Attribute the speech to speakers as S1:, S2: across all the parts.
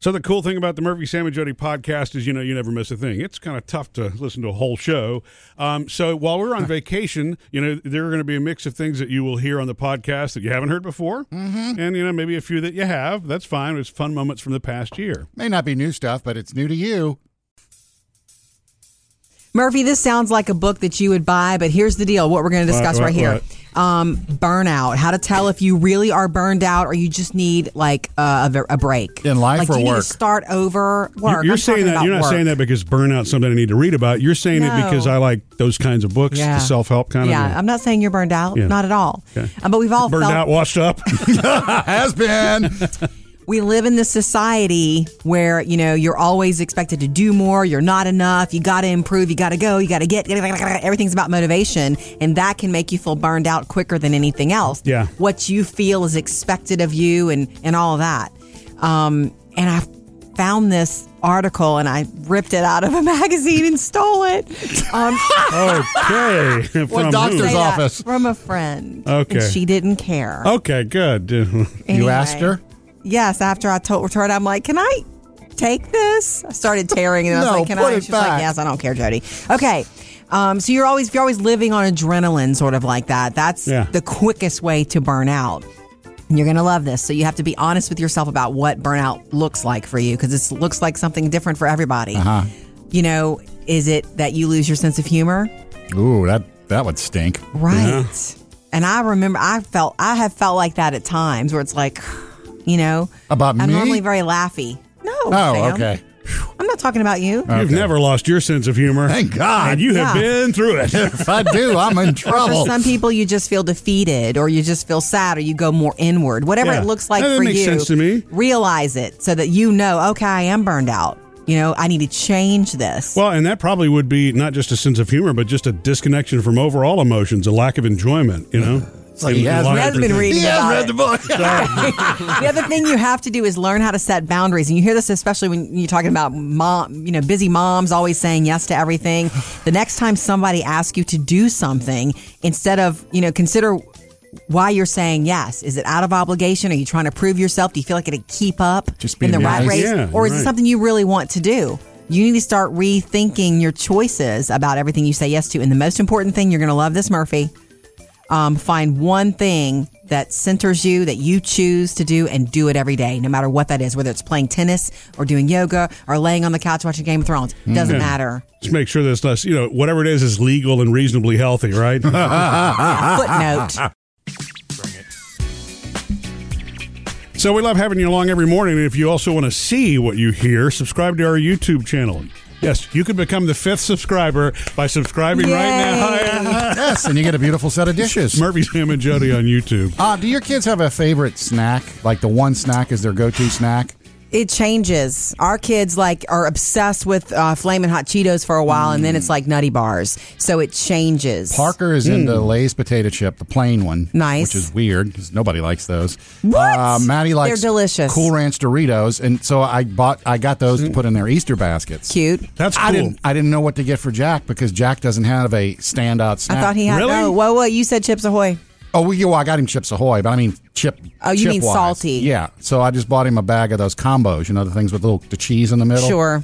S1: So the cool thing about the Murphy Sam and Jody podcast is, you know, you never miss a thing. It's kind of tough to listen to a whole show. Um, so while we're on vacation, you know, there are going to be a mix of things that you will hear on the podcast that you haven't heard before, mm-hmm. and you know, maybe a few that you have. That's fine. It's fun moments from the past year.
S2: May not be new stuff, but it's new to you.
S3: Murphy, this sounds like a book that you would buy, but here's the deal what we're going to discuss
S1: Right,
S3: right,
S1: right,
S3: here Um, burnout, how to tell if you really are burned out or you just need like uh, a, a break.
S2: In life
S3: like,
S2: or
S3: do you need
S2: work?
S3: to start over work.
S1: You're
S3: I'm
S1: saying
S3: talking
S1: that
S3: about
S1: you're not
S3: work.
S1: saying that because burnout's something I need to read about. You're saying it because
S3: No.
S1: I like those kinds of books,
S3: Yeah.
S1: the self help kind
S3: yeah,
S1: of.
S3: I'm not saying you're burned out,
S1: Yeah.
S3: not at all.
S1: Okay.
S3: Um, but we've all
S1: burned
S3: felt
S1: out, washed up.
S2: Has been.
S3: we live in this society where you know you're always expected to do more you're not enough you got to improve you got to go you got to get everything's about motivation and that can make you feel burned out quicker than anything else
S1: Yeah.
S3: what you feel is expected of you and and all that um and i found this article and i ripped it out of a magazine and stole it um
S1: okay. From who?
S2: doctor's
S3: say that
S2: office.
S3: from a friend
S1: Okay.
S3: and she didn't care
S1: Okay, good.
S2: You
S3: Anyway.
S2: asked her?
S3: Yes, after I told her, I'm like, can I take this? I started tearing, and I was
S2: No,
S3: like, can
S2: put
S3: I?
S2: it
S3: She's
S2: back.
S3: like, yes, I don't care, Jody. Okay. Um, so you're always you're always living on adrenaline, sort of like that. That's
S1: Yeah.
S3: the quickest way to burn out. And You're gonna love this. So you have to be honest with yourself about what burnout looks like for you, because it looks like something different for everybody. Uh-huh. You know, is it that you lose your sense of humor?
S2: Ooh, that, that would stink.
S3: Right. And I remember I felt I have felt like that at times where it's like, you know,
S2: About
S3: I'm
S2: me?
S3: normally very laughy. No.
S2: Oh,
S3: Sam.
S2: okay.
S3: I'm not talking about you.
S1: You've never lost your sense of humor.
S2: Thank God.
S1: And Ah, you have
S3: Yeah.
S1: been through it.
S2: If I do, I'm in
S3: For
S1: Oh.
S2: trouble.
S3: some people, you just feel defeated, or you just feel sad, or you go more inward. Whatever
S1: Yeah.
S3: it looks like
S1: That
S3: for
S1: makes
S3: you,
S1: sense to me.
S3: realize it so that you know. Okay, I am burned out. You know, I need to change this.
S1: well, and that probably would be not just a sense of humor, but just a disconnection from overall emotions, a lack of enjoyment, you know?
S2: It's like he has
S1: life
S3: He has been
S1: and-
S3: reading
S2: He has
S3: about
S2: read
S3: it.
S2: the book.
S3: the other thing you have to do is learn how to set boundaries. And you hear this especially when you're talking about mom, you know, busy moms always saying yes to everything. The next time somebody asks you to do something, instead of, you know, consider why you're saying yes. Is it out of obligation? Are you trying to prove yourself? Do you feel like it'll keep up
S2: Just
S3: in the
S2: being
S3: rat
S2: nice.
S3: race?
S1: Yeah,
S3: or is
S1: right.
S3: it something you really want to do? You need to start rethinking your choices about everything you say yes to. And the most important thing, you're going to love this, Murphy um, find one thing that centers you that you choose to do and do it every day, no matter what that is, whether it's playing tennis or doing yoga or laying on the couch watching Game of Thrones. Doesn't
S1: Yeah.
S3: matter.
S1: Just make sure that's less, you know, whatever it is is legal and reasonably healthy, right?
S3: Footnote.
S1: So we love having you along every morning. And if you also want to see what you hear, subscribe to our YouTube channel. Yes, you can become the fifth subscriber by subscribing right now.
S2: yes, and you get a beautiful set of dishes.
S1: Murphy, Sam, and Jody on YouTube.
S2: Uh, do your kids have a favorite snack? Like the one snack is their go-to snack?
S3: It changes. Our kids like are obsessed with uh, flaming hot Cheetos for a while, and then it's like nutty bars. So it changes.
S2: Parker is into Lay's potato chip, the plain one.
S3: Hmm. Nice.
S2: Which is weird because nobody likes those.
S3: What?
S2: Uh, Maddie likes
S3: They're delicious. Hmm.
S2: Cool Ranch Doritos, and so I bought I got those to put in their Easter baskets.
S3: cute.
S1: That's cool.
S2: I didn't I didn't know what to get for Jack because Jack doesn't have a standout snack.
S3: I thought he had.
S1: Really?
S3: Oh, whoa, whoa! You said Chips Ahoy.
S2: Oh, well, yeah, well, I got him Chips Ahoy, but I mean chip.
S3: Oh, you mean
S2: chip-wise.
S3: salty.
S2: Yeah. So I just bought him a bag of those combos. You know the things with little the cheese in the middle.
S3: Sure.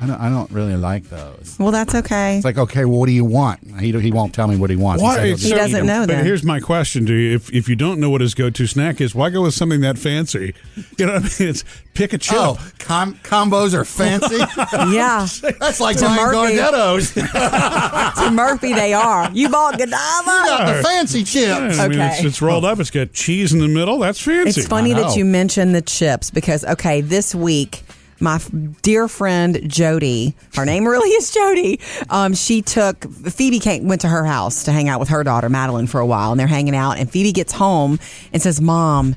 S2: I don't, I don't really like those.
S3: Well, that's okay.
S2: It's like okay, well, what do you want? He he won't tell me what he wants.
S1: Why?
S2: He said he'll
S3: He
S2: just
S3: doesn't
S2: eat 'em.
S3: know
S1: But
S3: then.
S1: here's my question to you: If if you don't know what his go-to snack is, why go with something that fancy? You know, what I mean, it's pick a chip.
S2: Oh, com- combos are fancy.
S3: yeah.
S2: That's like
S3: To
S2: buying
S3: Murphy.
S2: Gardettos. You
S3: to Murphy, they are. You bought Godiva.
S2: got the fancy
S1: I
S2: chips.
S1: mean, it's,
S3: okay.
S1: it's rolled up. It's got cheese in the middle. That's fancy.
S3: It's funny
S2: I know.
S3: that you mentioned the chips because okay, this week my f- dear friend Jody, her name really is Jody. Um, she took Phoebe came, went to her house to hang out with her daughter Madeline for a while, and they're hanging out. And Phoebe gets home and says, "Mom."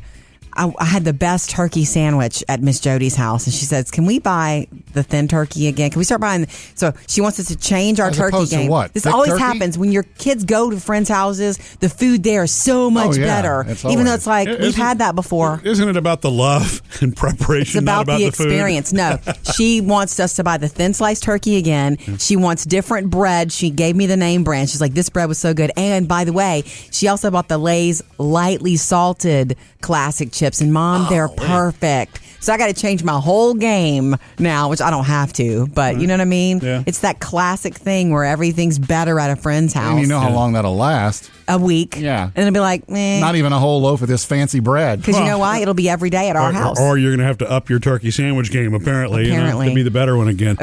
S3: I, I had the best turkey sandwich at Miss Jody's house, and she says, "Can we buy the thin turkey again? Can we start buying?" So she wants us to change our
S2: As
S3: turkey
S2: opposed to
S3: game.
S2: what?
S3: This
S2: Thick
S3: always
S2: turkey?
S3: happens when your kids go to friends' houses. The food there is so much
S2: Oh, yeah.
S3: better,
S2: It's
S3: even though
S2: always-
S3: it's like
S1: It-
S3: we've
S1: isn't-
S3: had that before.
S1: Isn't it about the love and preparation?
S3: It's about,
S1: not about
S3: the,
S1: food?
S3: experience. No, she wants us to buy the thin sliced turkey again. She wants different bread. She gave me the name brand. She's like, this bread was so good. And by the way, she
S1: Oh,
S3: also bought the Lay's lightly salted classic chips. And mom, they're perfect. So I got to change my whole game now, which I don't have to, but you know what I mean?
S1: Yeah.
S3: It's that classic thing where everything's better at a friend's house.
S2: And you know how long that'll last.
S3: a week.
S2: Yeah.
S3: And it'll be like, eh.
S2: Not even a whole loaf of this fancy bread.
S3: Because you know why? It'll be every day at our
S1: or,
S3: house.
S1: or you're going to have to up your turkey sandwich game, apparently. You know,
S3: Apparently.
S1: to be the better one again.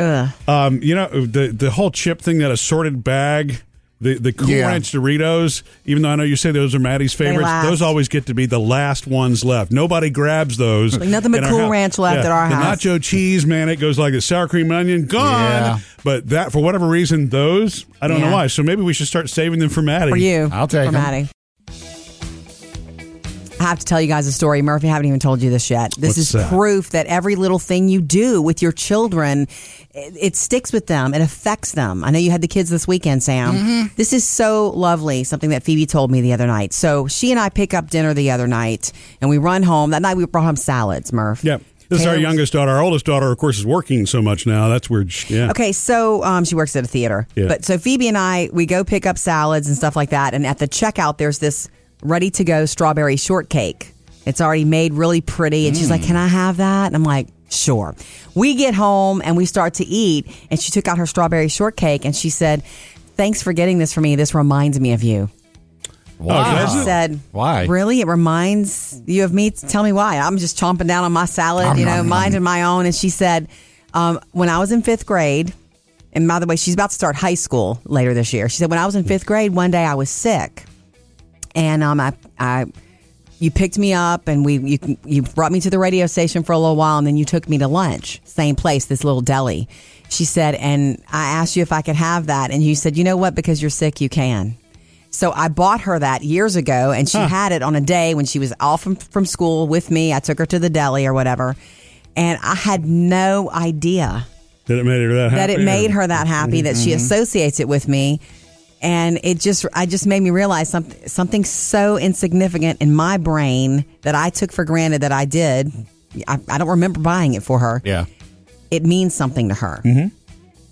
S1: Um, you know, the the whole chip thing, that assorted bag, the, the Cool
S2: Yeah.
S1: Ranch Doritos, even though I know you say those are Maddie's favorites,
S3: last.
S1: those always get to be the last ones left. Nobody grabs those.
S3: Like nothing but
S1: in our
S3: Cool
S1: house.
S3: Ranch left
S1: Yeah.
S3: at our
S1: the
S3: house.
S1: nacho cheese, man, it goes like the sour cream and onion, gone.
S2: Yeah.
S1: But that, for whatever reason, those, I don't know
S3: Yeah.
S1: why. So maybe we should start saving them for Maddie.
S3: for you.
S2: I'll take
S3: for
S2: 'em.
S3: Maddie. I have to tell you guys a story. Murphy, I haven't even told you this yet. This
S1: What's
S3: is
S1: that?
S3: proof that every little thing you do with your children, it, it sticks with them. It affects them. I know you had the kids this weekend, Sam.
S1: Mm-hmm.
S3: This is so lovely. Something that Phoebe told me the other night. So she and I pick up dinner the other night, and we run home. That night we brought home salads, Murph.
S1: Yeah. This is
S3: Taylor
S1: our
S3: was-
S1: youngest daughter. Our oldest daughter, of course, is working so much now. That's weird. Sh- Yeah.
S3: Okay, so um, she works at a theater.
S1: Yeah.
S3: But so Phoebe and I, we go pick up salads and stuff like that. And at the checkout, there's this ready to go strawberry shortcake. It's already made really pretty. And
S1: Mm.
S3: she's like, Can I have that? And I'm like, Sure. We get home and we start to eat. And she took out her strawberry shortcake and she said, Thanks for getting this for me. This reminds me of you.
S1: Oh, does
S3: I
S1: it?
S3: said,
S2: Why?
S3: Really? It reminds you of me? Tell me why. I'm just chomping down on my salad,
S2: Nom,
S3: you know,
S2: nom,
S3: minding my own. And she said, um, When I was in fifth grade, and by the way, she's about to start high school later this year. She said, When I was in fifth grade, one day I was sick. And um, I, I, you picked me up and we you, you brought me to the radio station for a little while and then you took me to lunch same place this little deli she said and i asked you if i could have that and you said you know what because you're sick you can so i bought her that years ago and she had it on a day when she was off from, from school with me i took her to the deli or whatever and i had no idea
S1: That it made her that happy.
S3: that it
S1: or-
S3: made her that happy that she associates it with me and it just i just made me realize something something so insignificant in my brain that i took for granted that i did i, I don't remember buying it for her
S2: Yeah.
S3: it means something to her mm-hmm.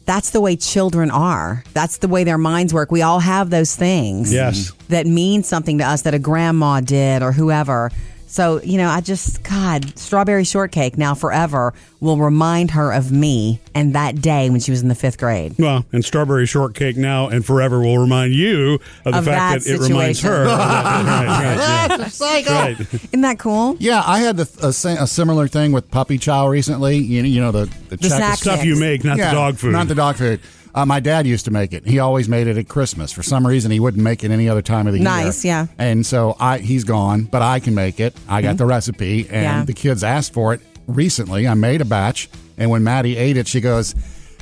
S3: that's the way children are that's the way their minds work we all have those things
S1: Yes.
S3: that mean something to us that a grandma did or whoever so you know i just god strawberry shortcake now forever will remind her of me and that day when she was in the fifth grade
S1: Well, and strawberry shortcake now and forever will remind you of the
S3: Of
S1: fact that,
S3: that
S1: it reminds
S3: situation.
S1: her. of that. Right, right, yeah. Right.
S3: Isn't that cool?
S2: Yeah, I had the, a, sa- a similar thing with puppy chow recently. You, you know, the, the, check-
S3: snack
S1: Stuff you make, not
S2: Yeah,
S1: the dog food.
S2: Not the dog food. Uh, my dad used to make it. He always made it at Christmas. For some reason, he wouldn't make it any other time of the year.
S3: Nice, yeah.
S2: And so I, he's gone, but I can make it. I got the recipe, and
S3: Yeah.
S2: the kids asked for it recently. I made a batch, and when Maddie ate it, she goes,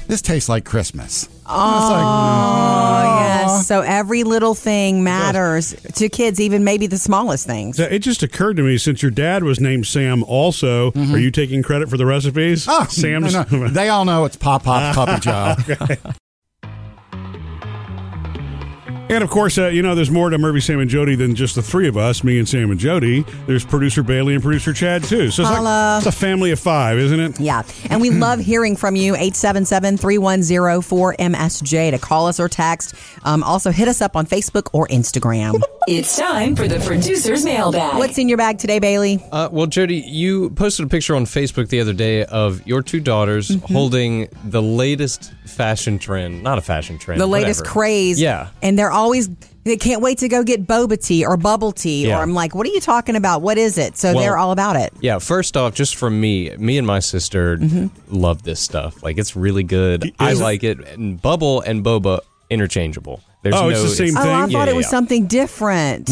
S2: "This tastes like Christmas." Oh, it's like,
S3: Oh, yes. So every little thing matters to kids, even maybe the smallest things.
S1: So it just occurred to me since your dad was named Sam also, are you taking credit for the recipes?
S2: Oh,
S1: Sam's
S2: Mm-hmm. no, no. They all know it's Pop Pop Puppy Chow.
S1: And of course, uh, you know, there's more to Murphy, Sam, and Jody than just the three of us, me and Sam and Jody. There's producer Bailey and producer Chad, too. So it's, like,
S3: Holla.
S1: it's a family of five, isn't it?
S3: Yeah. And we love hearing from you. 877 310 4MSJ to call us or text. Um, also, hit us up on Facebook or Instagram.
S4: It's time for the producer's mailbag.
S3: What's in your bag today, Bailey?
S5: Uh, well, Jody, you posted a picture on Facebook the other day of your two daughters
S3: Mm-hmm.
S5: holding the latest fashion trend. Not a fashion trend.
S3: the latest
S5: Uh, whatever.
S3: craze.
S5: Yeah.
S3: And they're always, they can't wait to go get boba tea or bubble tea.
S5: Yeah.
S3: Or I'm like, what are you talking about? What is it? So
S5: Well-
S3: they're all about it.
S5: Yeah, first off, just from me, me and my sister
S3: Mm-hmm.
S5: love this stuff. Like, it's really good. I
S1: Is it-
S5: like it. And Bubble and Boba, interchangeable. There's
S1: Oh,
S5: no,
S1: it's the same
S3: Oh, I
S1: thing?
S3: thought
S5: Yeah,
S3: it was
S5: yeah.
S3: something different.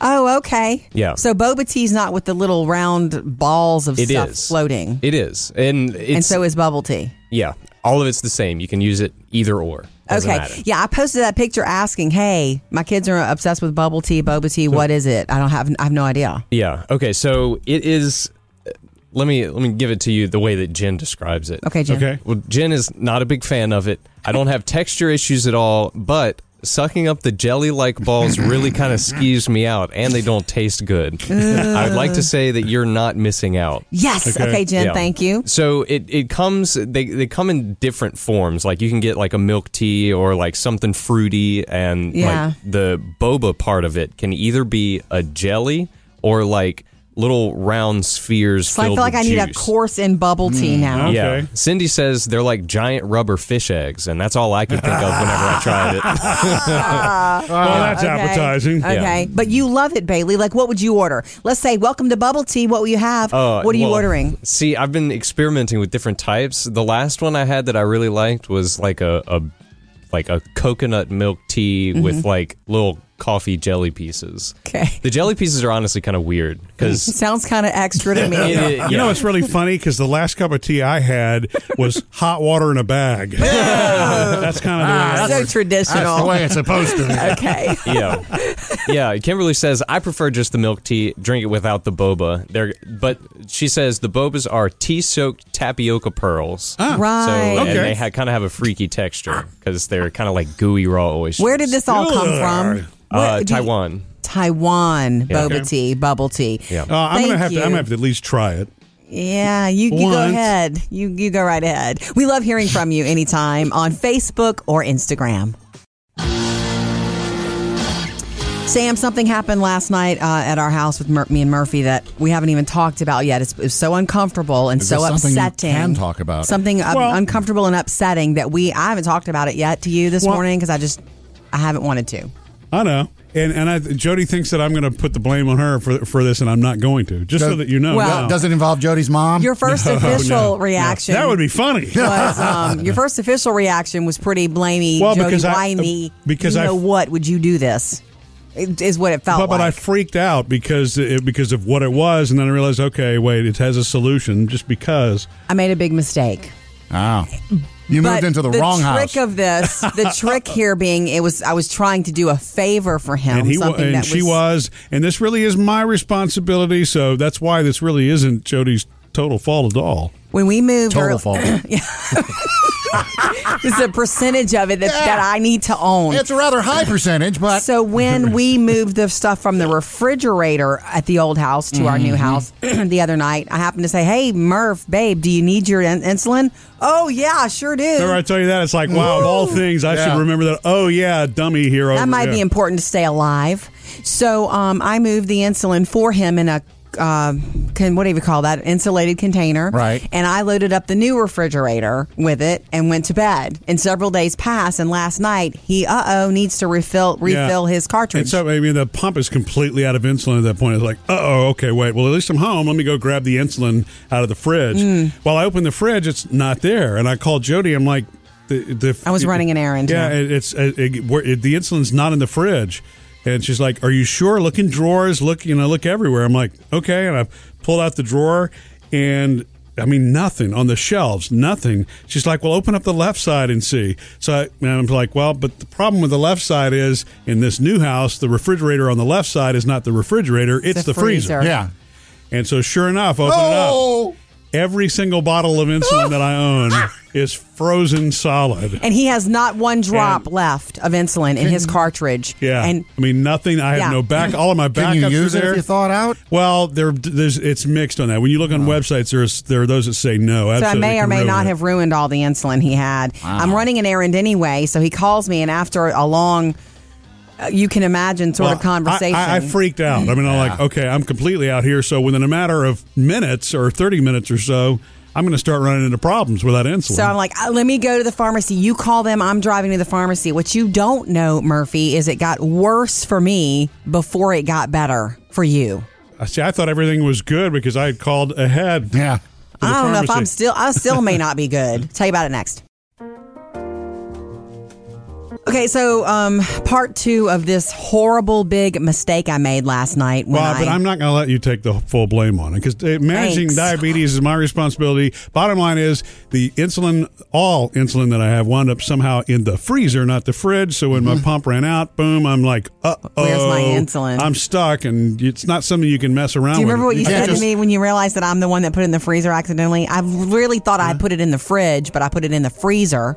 S3: Oh, okay.
S5: Yeah.
S3: So boba tea's not with the little round balls of
S5: It
S3: stuff
S5: is.
S3: Oh, floating,
S5: It is. And it's,
S3: and so is bubble tea.
S5: yeah, all of it's the same. You can use it either or. Doesn't
S3: okay.
S5: matter.
S3: Yeah, I posted that picture asking, "Hey, my kids are obsessed with bubble tea, boba tea. what is it? I don't have. I have no idea.
S5: Yeah. Okay. So it is. uh, Let me let me give it to you the way that Jen describes it.
S3: Okay, Jim.
S1: Okay.
S5: Well, Jen is not a big fan of it. I don't have texture issues at all, but sucking up the jelly like balls really kind of skeeves me out, and they don't taste good. I would like to say that you're not missing out.
S3: Yes.
S1: Okay.
S3: Okay, Jen.
S5: Yeah.
S3: Thank you.
S5: So it, it comes they, they come in different forms. Like you can get like a milk tea or like something fruity and
S3: Yeah.
S5: like the boba part of it can either be a jelly or like little round spheres.
S3: So I
S5: filled
S3: feel like
S5: with
S3: I need a
S5: juice. Mm-hmm.
S3: course in bubble tea now.
S1: Okay.
S5: Yeah. Cindy says they're like giant rubber fish eggs, and that's all I could think of whenever I tried it.
S1: well, that's
S3: Okay.
S1: appetizing.
S3: Okay, but you love it, Bailey. Like, what would you order? Let's say, "Welcome to bubble tea." What will you have?
S5: Uh,
S3: what are you
S5: well,
S3: ordering?
S5: See, I've been experimenting with different types. The last one I had that I really liked was like a, a like a coconut milk tea with like little coffee jelly pieces.
S3: Mm-hmm. Okay.
S5: The jelly pieces are honestly kind of weird because
S3: Sounds kind of extra to me.
S1: You know, it's really funny because the last cup of tea I had was hot water in a bag. that's kind of the way I
S3: so
S2: That's the
S3: traditional.
S2: way it's supposed to be.
S3: Okay.
S5: yeah, yeah. Kimberly says I prefer just the milk tea. Drink it without the boba. There, but she says the bobas are tea-soaked tapioca pearls.
S1: Ah.
S5: So uh,
S3: Right.
S5: and
S1: Okay.
S5: they ha- kind of have a freaky texture because they're kind of like gooey raw oysters.
S3: Where did this all come from?
S5: uh,
S3: Where- do you-
S5: Taiwan?
S3: Taiwan boba
S5: Okay.
S3: tea, bubble tea.
S5: Yeah.
S1: Uh, I'm
S3: Thank
S1: gonna have
S3: you.
S1: to. I'm gonna have to at least try it.
S3: Yeah, you, you go
S1: Once.
S3: ahead. You you go right ahead. We love hearing from you anytime on Facebook or Instagram. Sam, something happened last night uh, at our house with Mur- me and Murphy that we haven't even talked about yet. It's, it's so uncomfortable and
S2: Is
S3: so
S2: there something you
S3: upsetting.
S2: can talk about?
S3: something um,
S1: Well-
S3: uncomfortable and upsetting that we I haven't talked about it yet to you this
S1: Well-
S3: morning because I just I haven't wanted to.
S1: I know. And and I, Jody thinks that I'm going to put the blame on her for for this, and I'm not going to. Just so
S2: Does-
S1: that you know.
S3: Well-
S1: now.
S2: Does it involve Jody's mom?
S3: Oh. Your first
S1: Oh, no. No.
S3: official reaction.
S1: That would be funny.
S3: was um, your first official reaction was pretty blamey.
S1: Well,
S3: Jody,
S1: because I-
S3: why me?
S1: because
S3: you
S1: I-
S3: know what? Would you do this? It- Is what it felt
S1: But, but I
S3: like.
S1: freaked out because it, because of what it was, and then I realized, okay, wait, it has a solution. Just because
S3: I made a big mistake.
S2: Oh. You
S3: But
S2: moved into the, wrong
S3: trick
S2: house.
S3: of this, the trick here being, it was I was trying to do a favor for him.
S1: and he wa-
S3: something
S1: and
S3: that
S1: she was, and this really is my responsibility. So that's why this really isn't Jody's total fault at all.
S3: when we moved.
S2: Total
S3: early-
S2: fault.
S3: It's a percentage of it that,
S2: Yeah.
S3: that I need to own.
S2: it's a rather high percentage, but
S3: So when we moved the stuff from the refrigerator at the old house to our new
S1: Mm-hmm.
S3: house the other night, I happened to say, "Hey, Murph, babe, do you need your in- insulin?" Oh yeah, I sure do.
S1: Remember, I tell you that it's like, wow, of all things, I
S2: Yeah.
S1: should remember that. Oh yeah, dummy hero.
S3: that might be important to stay alive. So um, I moved the insulin for him in a. Uh, can what do you call that insulated container
S2: Right.
S3: and i loaded up the new refrigerator with it and went to bed and several days passed and last night he uh-oh needs to refill refill his cartridge
S1: And so, I mean, the pump is completely out of insulin at that point. It's like, uh oh, okay, wait. Well, at least I'm home. Let me go grab the insulin out of the fridge.
S3: Hmm.
S1: While I open the fridge, it's not there. And I call Jody. I'm like, the, the
S3: I was running an errand,
S1: Yeah,
S3: yeah.
S1: it, it's it, it, where- it- the insulin's not in the fridge. And she's like, "Are you sure? Look in drawers. Look, you know, look everywhere." I'm like, "Okay." And I pulled out the drawer, and I mean, nothing on the shelves, nothing. She's like, "Well, open up the left side and see." So I, and I'm like, "Well, but the problem with the left side is in this new house, the refrigerator on the left side is not the refrigerator; it's, the, freezer.
S2: yeah.
S1: And so, sure enough, open it up.
S2: Oh,
S1: Every single bottle of insulin that I own is frozen solid.
S3: And he has not one drop
S1: And-
S3: left of insulin in his cartridge.
S1: Yeah,
S3: And
S1: I mean nothing. I
S3: Yeah.
S1: have no back. All of my backups
S2: can you use
S1: are
S2: it
S1: there.
S2: if you thought out?
S1: well, there, there's it's mixed on that. When you look on websites, there's there are those that say no.
S3: so I
S1: absolutely
S3: may or
S1: can
S3: may
S1: ruin
S3: not
S1: it.
S3: have ruined all the insulin he had. I'm running an errand anyway, so he calls me, and after a long, uh, you can imagine, sort
S1: Well,
S3: of conversation.
S1: I, I, I freaked out. I mean, I'm like, okay, I'm completely out here. So within a matter of minutes or 30 minutes or so, I'm going to start running into problems with that insulin.
S3: So I'm like, uh, let me go to the pharmacy. You call them. I'm driving to the pharmacy. What you don't know, Murphy, is it got worse for me before it got better for you.
S1: I see. I thought everything was good because I had called ahead. to
S2: Yeah.
S1: the
S3: I don't know if I'm
S1: pharmacy.
S3: still. I still may not be good. Tell you about it next. Okay, so um, part two of this horrible big mistake I made last night. When
S1: Well, but
S3: I,
S1: I'm not going to let you take the full blame on it because managing
S3: Thanks.
S1: diabetes is my responsibility. Bottom line is the insulin, all insulin that I have, wound up somehow in the freezer, not the fridge. So when my pump ran out, boom, I'm like, uh oh,
S3: Mm-hmm. Where's my insulin?
S1: I'm stuck, and it's not something you can mess around.
S3: do you
S1: with.
S3: remember what you
S2: can't
S3: said to
S2: just-
S3: me when you realized that I'm the one that put it in the freezer accidentally? I really thought I put it in the fridge, but I put it in the freezer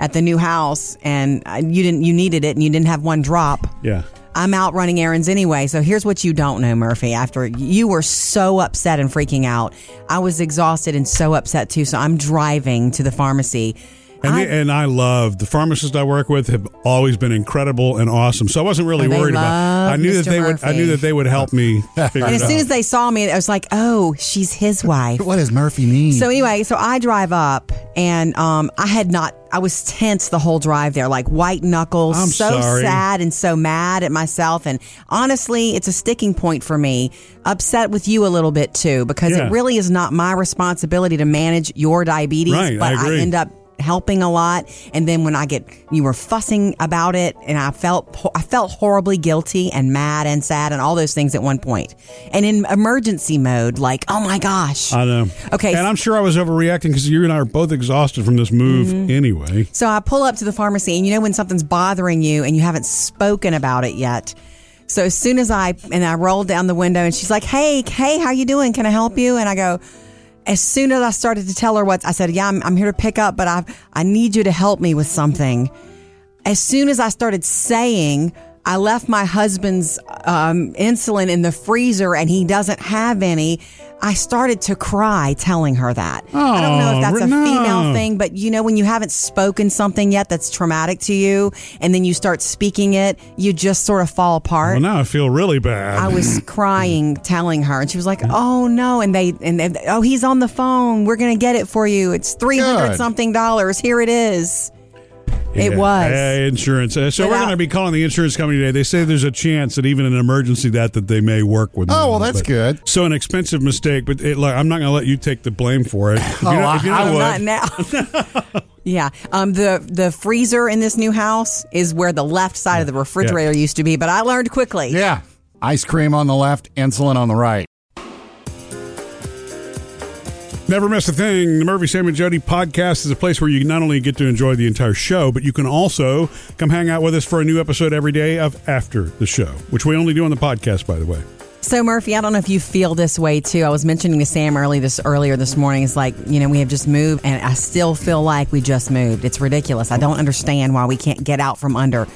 S3: at the new house, and I, you didn't. You needed it, and you didn't have one drop.
S1: Yeah.
S3: I'm out running errands anyway. So here's what you don't know, Murphy. After you were so upset and freaking out, I was exhausted and so upset too. So I'm driving to the pharmacy
S1: And,
S3: I-
S1: the- and I love the pharmacists I work with have always been incredible and awesome. So I wasn't really
S3: Oh, they
S1: worried about.
S3: love
S1: I knew that
S3: Mr.
S1: they would. I knew
S3: Murphy.
S1: that they would help me figure
S3: And
S1: it
S3: as soon
S1: out.
S3: as they saw me, I was like, oh, she's his wife.
S2: What does Murphy mean?
S1: Mm.
S3: So anyway, so I drive up and um, I had not, I was tense the whole drive there, like white knuckles,
S1: I'm
S3: so
S1: sorry.
S3: sad and so mad at myself. And honestly, it's a sticking point for me, upset with you a little bit too, because
S1: Yeah.
S3: it really is not my responsibility to manage your diabetes,
S1: Right, I
S3: but I,
S1: agree.
S3: end up helping a lot and then when i get you were fussing about it and i felt ho- i felt horribly guilty and mad and sad and all those things at one point and in emergency mode like oh my gosh
S1: I know.
S3: Okay.
S1: And I'm sure I was overreacting because you and I are both exhausted from this move
S3: Mm-hmm.
S1: anyway.
S3: So I pull up to the pharmacy, and you know when something's bothering you and you haven't spoken about it yet. So as soon as I and I rolled down the window, and she's like, "Hey, hey, how you doing? Can I help you?" And I go. As soon as I started to tell her what I said, yeah, I'm, I'm here to pick up, but I I need you to help me with something. As soon as I started saying, I left my husband's um, insulin in the freezer and he doesn't have any. I started to cry telling her that. I don't know
S1: Aw,
S3: if that's a
S1: no.
S3: female thing, but you know, when you haven't spoken something yet that's traumatic to you, and then you start speaking it, you just sort of fall apart.
S1: Well, now I feel really bad.
S3: I was crying, telling her, and she was like, "Oh no!" And they and they, oh, he's on the phone. We're gonna get it for you. It's three
S2: Good.
S3: hundred something dollars. Here it is. It was.
S1: Eh, insurance. Uh, so we're
S3: Without-
S1: going to be calling the insurance company today. They say there's a chance that even in an emergency that that they may work with.
S2: Oh,
S1: me.
S2: well, that's
S1: But-
S2: good.
S1: So an expensive mistake, but it, like, I'm not going to let you take the blame for it. If you
S2: Oh,
S1: know-
S2: I-
S1: if you know
S2: I
S1: what-
S2: would.
S3: Not now. yeah. Um. The the freezer in this new house is where the left side of the refrigerator used to be, but I learned quickly.
S2: yeah. Ice cream on the left, insulin on the right.
S1: Never miss a thing. The Murphy, Sam, and Jody podcast is a place where you not only get to enjoy the entire show, but you can also come hang out with us for a new episode every day of After the Show, which we only do on the podcast, by the way.
S3: So Murphy, I don't know if you feel this way too. I was mentioning to Sam early this earlier this morning. It's like you know we have just moved, and I still feel like we just moved. It's ridiculous. I don't understand why we can't get out from under.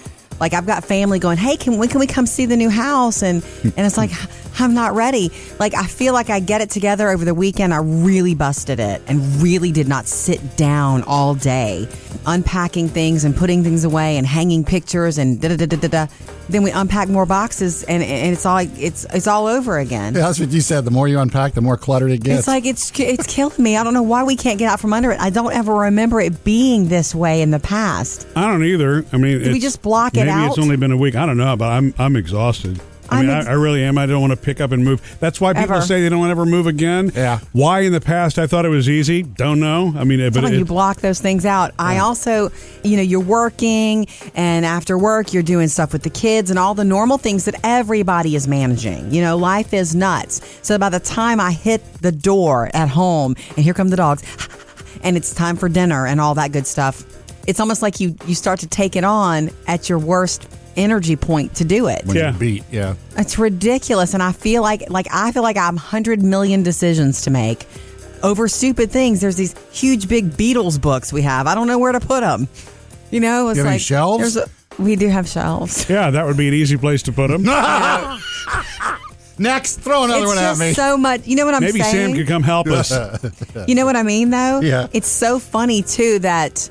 S3: Like I've got family going, hey, can when can we come see the new house? And and it's like I'm not ready. Like I feel like I get it together over the weekend. I really busted it and really did not sit down all day unpacking things and putting things away and hanging pictures and da da da da da. da. Then we unpack more boxes and, and it's all like it's it's all over again.
S2: Yeah, That's what you said. The more you unpack, the more cluttered it gets.
S3: It's like it's it's killing me. I don't know why we can't get out from under it. I don't ever remember it being this way in the past.
S1: I don't either. I mean,
S3: we
S1: it's-
S3: just block it
S1: maybe
S3: out?
S1: it's only been a week. I don't know, but I'm I'm exhausted. I
S3: I'm
S1: mean,
S3: ex-
S1: I, I really am. I don't want to pick up and move. That's why people
S3: Ever.
S1: say they don't want to ever move again.
S2: Yeah.
S1: Why in the past I thought it was easy? Don't know. I mean, it- but
S3: It's not like
S1: it-
S3: you block those things out. I also, you know, you're working and after work you're doing stuff with the kids and all the normal things that everybody is managing. You know, life is nuts. So by the time I hit the door at home and here come the dogs and it's time for dinner and all that good stuff, it's almost like you you start to take it on at your worst energy point to do it.
S2: when
S1: Yeah.
S2: you beat, yeah.
S3: It's ridiculous, and I feel like like I feel like I'm hundred million decisions to make over stupid things. There's these huge big Beatles books we have. I don't know where to put them. You know, it's
S2: You have any
S3: like
S2: shelves?
S3: there's a- we do have shelves.
S1: yeah, that would be an easy place to put them.
S2: Next, throw another
S3: it's
S2: one at
S3: just
S2: me.
S3: so much. You know what I'm
S1: Maybe
S3: saying?
S1: Sam could come help us.
S3: You know what I mean, though?
S2: Yeah.
S3: It's so funny, too, that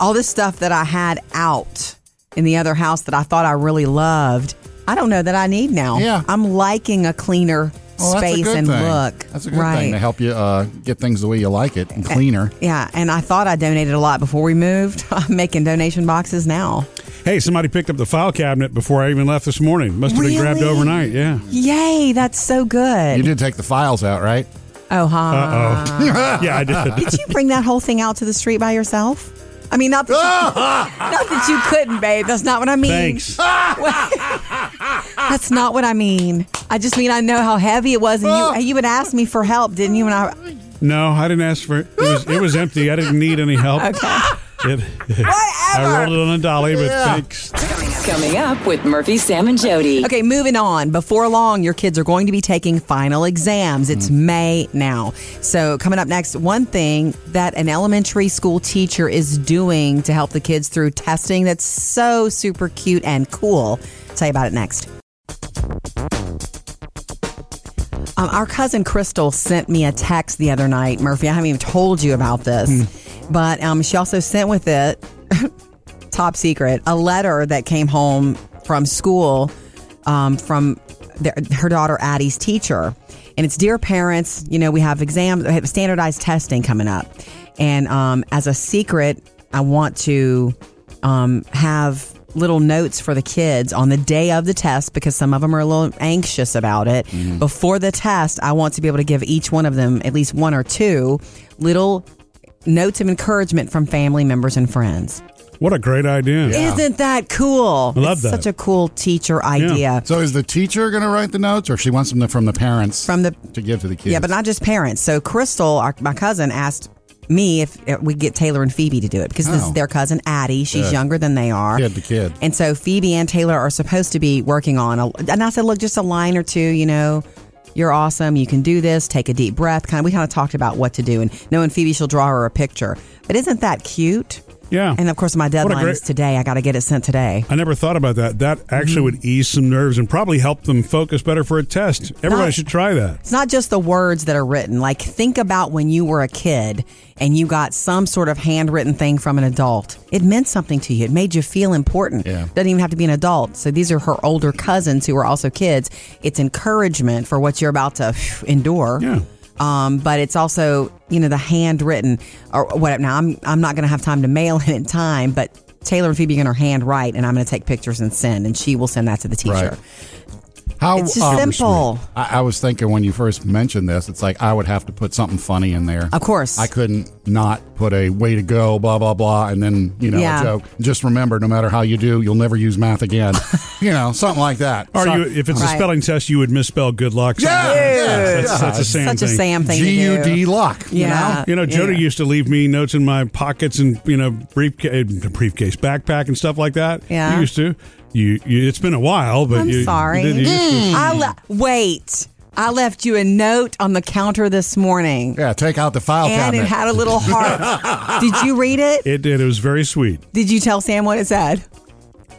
S3: all this stuff that I had out in the other house that I thought I really loved, I don't know that I need now.
S2: Yeah.
S3: I'm liking a cleaner
S2: Well, Oh, that's a
S3: space
S2: good
S3: and
S2: thing.
S3: look.
S2: That's a good
S3: right.
S2: thing to help you uh, get things the way you like it and cleaner.
S3: Yeah, and I thought I donated a lot before we moved. I'm making donation boxes now.
S1: Hey, somebody picked up the file cabinet before I even left this morning. Must have been grabbed
S3: Really?
S1: overnight. Yeah.
S3: Yay, that's so
S2: You
S3: good.
S2: did take the files out, right?
S3: oh, ha.
S1: Yeah, I did.
S3: Did you bring that whole thing out to the street by yourself? I mean, not that, you, not that you couldn't, babe. That's not what I mean.
S1: Thanks.
S3: That's not what I mean. I just mean I know how heavy it was, and
S2: Oh.
S3: you and you would ask me for help, didn't you? And I
S1: No, I didn't ask for it. It was, it was empty. I didn't need any help. Okay. I rolled it on a dolly, but thanks.
S4: Coming up with Murphy, Sam, and Jody.
S3: Okay, moving on. Before long, your kids are going to be taking final exams. It's May now. So, coming up next, one thing that an elementary school teacher is doing to help the kids through testing that's so super cute and cool. tell you about it next. Um, our cousin Crystal sent me a text the other night, Murphy. I haven't even told you about this. But um, she also sent with it, top secret, a letter that came home from school um, from their, her daughter Addie's teacher. And it's Dear parents, you know, we have exams, we have standardized testing coming up. And um, as a secret, I want to um, have little notes for the kids on the day of the test because some of them are a little anxious about it.
S1: Mm-hmm.
S3: Before the test, I want to be able to give each one of them at least one or two little notes of encouragement from family members and friends.
S1: What a great idea.
S3: Isn't that cool?
S1: I love
S3: It's
S1: that.
S3: Such a cool teacher idea.
S2: So is the teacher going to write the notes, or she wants them to, from the parents
S3: From the
S2: to give to the kids?
S3: yeah, but not just parents. So Crystal, our, my cousin, asked me if uh, we get Taylor and Phoebe to do it because this
S2: Oh.
S3: is their cousin Addie. She's
S2: Good.
S3: younger than they are.
S2: Kid to kid.
S3: And so Phoebe and Taylor are supposed to be working on. A, and I said, look, just a line or two. You know, you're awesome. You can do this. Take a deep breath. Kind of. We kind of talked about what to do. And knowing Phoebe, she'll draw her a picture. But isn't that cute?
S1: Yeah.
S3: And of course, my deadline
S1: great-
S3: is today. I got to get it sent today.
S1: I never thought about that. That
S3: Mm-hmm.
S1: actually would ease some nerves and probably help them focus better for a test. Everybody
S3: Not-
S1: should try that.
S3: It's not just the words that are written. Like, think about when you were a kid and you got some sort of handwritten thing from an adult. It meant something to you, it made you feel important.
S2: Yeah.
S3: Doesn't even have to be an adult. So, these are her older cousins who are also kids. It's encouragement for what you're about to phew, endure.
S1: Yeah.
S3: Um, but it's also, you know, the handwritten or whatever. Now, I'm, I'm not going to have time to mail it in time, but Taylor and Phoebe are going to handwrite, and I'm going to take pictures and send, and she will send that to the teacher.
S2: Right. How
S3: It's just simple.
S2: I, I was thinking when you first mentioned this, it's like I would have to put something funny in there.
S3: Of course.
S2: I couldn't not put a way to go, blah blah blah, and then you know
S3: Yeah.
S2: a joke. Just remember, no matter how you do, you'll never use math again. you know, something like that.
S1: Or
S2: So-
S1: you, if it's a
S3: Right.
S1: spelling test, you would misspell good luck.
S2: Yeah,
S1: sometimes.
S2: yeah,
S1: That's,
S2: yeah.
S1: that's a Sam
S3: Such a
S1: thing.
S3: Sam thing.
S2: G U
S3: to do.
S2: D lock. you
S3: Yeah.
S2: know?
S1: You know, Jody
S3: Yeah.
S1: used to leave me notes in my pockets and you know briefcase, eh, briefcase, backpack, and stuff like that.
S3: Yeah.
S1: you used to. You, you it's been a while, but
S3: I'm
S1: you,
S3: sorry. Mm.
S1: You did, you used to.
S3: I le- wait. I left you a note on the counter this morning,
S2: Yeah, take out the file
S3: and
S2: cabinet.
S3: it had a little heart. did you read it?
S1: It did. It was very sweet.
S3: Did you tell Sam what it said?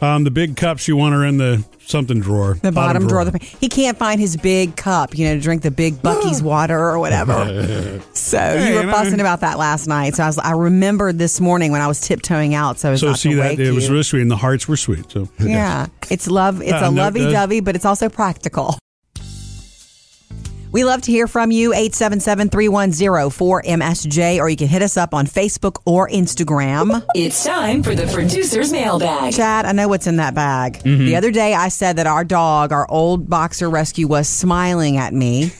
S1: Um, the big cups you want are in the something drawer,
S3: The bottom, drawer. Of the, he can't find his big cup, you know, to drink the big Bucky's water or whatever. So
S1: Hey,
S3: you
S1: you
S3: were
S1: know.
S3: fussing about that last night. So I was, I remembered this morning when I was tiptoeing out. So I was
S1: So
S3: not
S1: see
S3: to
S1: that
S3: wake
S1: it
S3: you.
S1: was really sweet, and the hearts were sweet. So
S3: Yeah, it's love. It's
S1: Uh,
S3: a
S1: no, it does.
S3: lovey-dovey, but it's also practical. We love to hear from you, 877-310-4MSJ, or you can hit us up on Facebook or Instagram.
S4: It's time for the producer's mailbag.
S3: Chad, I know what's in that bag.
S1: Mm-hmm.
S3: The other day I said that our dog, our old boxer rescue, was smiling at me.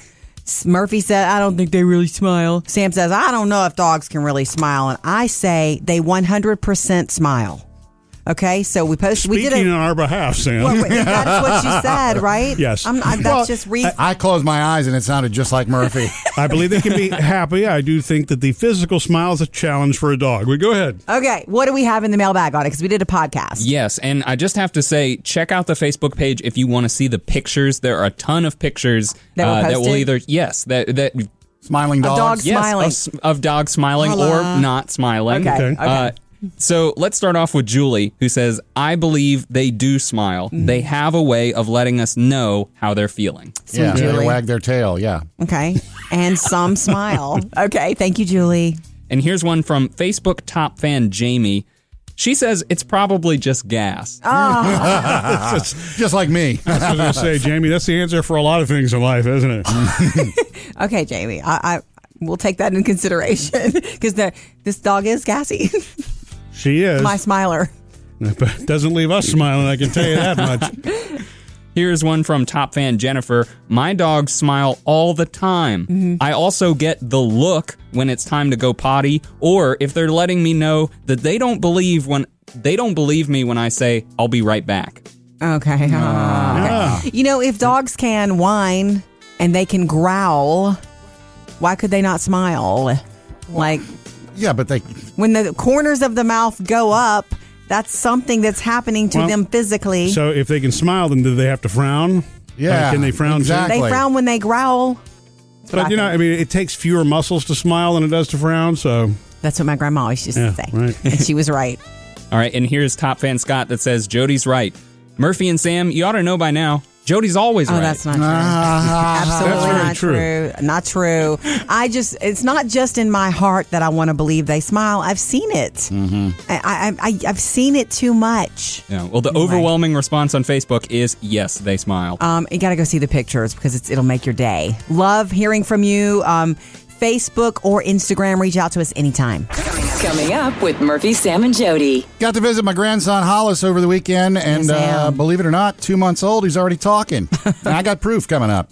S3: S- Murphy said, I don't think they really smile. Sam says, I don't know if dogs can really smile. And I say they 100% smile. Okay, so we posted, we did
S1: speaking
S3: a,
S1: on our behalf, Sam.
S3: Wait, that's what you said, right?
S1: Yes.
S3: I'm, I, that's
S2: Well,
S3: just re.
S2: I, I closed my eyes and it sounded just like Murphy.
S1: I believe they can be happy. I do think that the physical smile is a challenge for a dog. We go ahead.
S3: okay, what do we have in the mailbag on it? Because we did a podcast.
S6: Yes, and I just have to say, check out the Facebook page if you want to see the pictures. There are a ton of pictures uh,
S3: That were
S6: that will
S3: posted?
S6: either yes that that
S2: Smiling dogs.
S3: dog-
S6: yes
S3: Smiling.
S6: of, s- of dogs smiling
S3: Hola.
S6: or not smiling.
S3: Okay, Okay. okay.
S6: Uh, so let's start off with Julie, who says, "I believe they do smile.
S3: Mm-hmm.
S6: They have a way of letting us know how they're feeling."
S3: Sweet
S2: yeah, they
S3: Julie.
S2: wag their tail. Yeah.
S3: Okay, and some smile. Okay, thank you, Julie.
S6: And here's one from Facebook top fan Jamie. She says it's probably just
S3: Oh,
S6: gas.
S2: Just like me.
S1: That's what I was going to say, Jamie. That's the answer for a lot of things in life, isn't it?
S3: Okay, Jamie, I, I we'll take that in consideration because the this dog is gassy.
S1: She is,
S3: My smiler.
S1: but doesn't leave us smiling. I can tell you that much.
S6: Here's one from top fan Jennifer. My dogs smile all the time.
S3: Mm-hmm.
S6: I also get the look when it's time to go potty, or if they're letting me know that they don't believe when they don't believe me when I say I'll be right back.
S3: Okay.
S1: Yeah.
S3: You know, if dogs can whine and they can growl, why could they not smile? Like
S2: Yeah, but they
S3: when the corners of the mouth go up, that's something that's happening to
S1: Well,
S3: them physically.
S1: So if they can smile, then do they have to frown?
S2: Yeah,
S1: Like, can they frown? too?
S2: exactly.
S3: they frown when they growl.
S1: But you know, I mean, it takes fewer muscles to smile than it does to frown. So
S3: That's what my grandma always used
S1: Yeah,
S3: to say.
S1: right.
S3: And she was right.
S6: All right, and here's top fan Scott that says Jody's right. Murphy and Sam, you ought to know by now. Jody's always
S3: Oh,
S6: right.
S3: that's not true. Absolutely
S1: That's very
S3: not true. Not true. I just, it's not just in my heart that I want to believe they smile. I've seen it. Mm-hmm. I, I, I, I've seen it too much.
S6: Yeah, well, the overwhelming response on Facebook is yes, they smile.
S3: Um, you got to go see the pictures because it's, it'll make your day. Love hearing from you. Um, Facebook or Instagram, reach out to us anytime.
S4: Coming up with Murphy, Sam, and Jody.
S2: Got to visit my grandson Hollis over the weekend, and
S3: Yes, I
S2: uh,
S3: am.
S2: believe it or not, two months old, he's already talking. And I got proof coming up.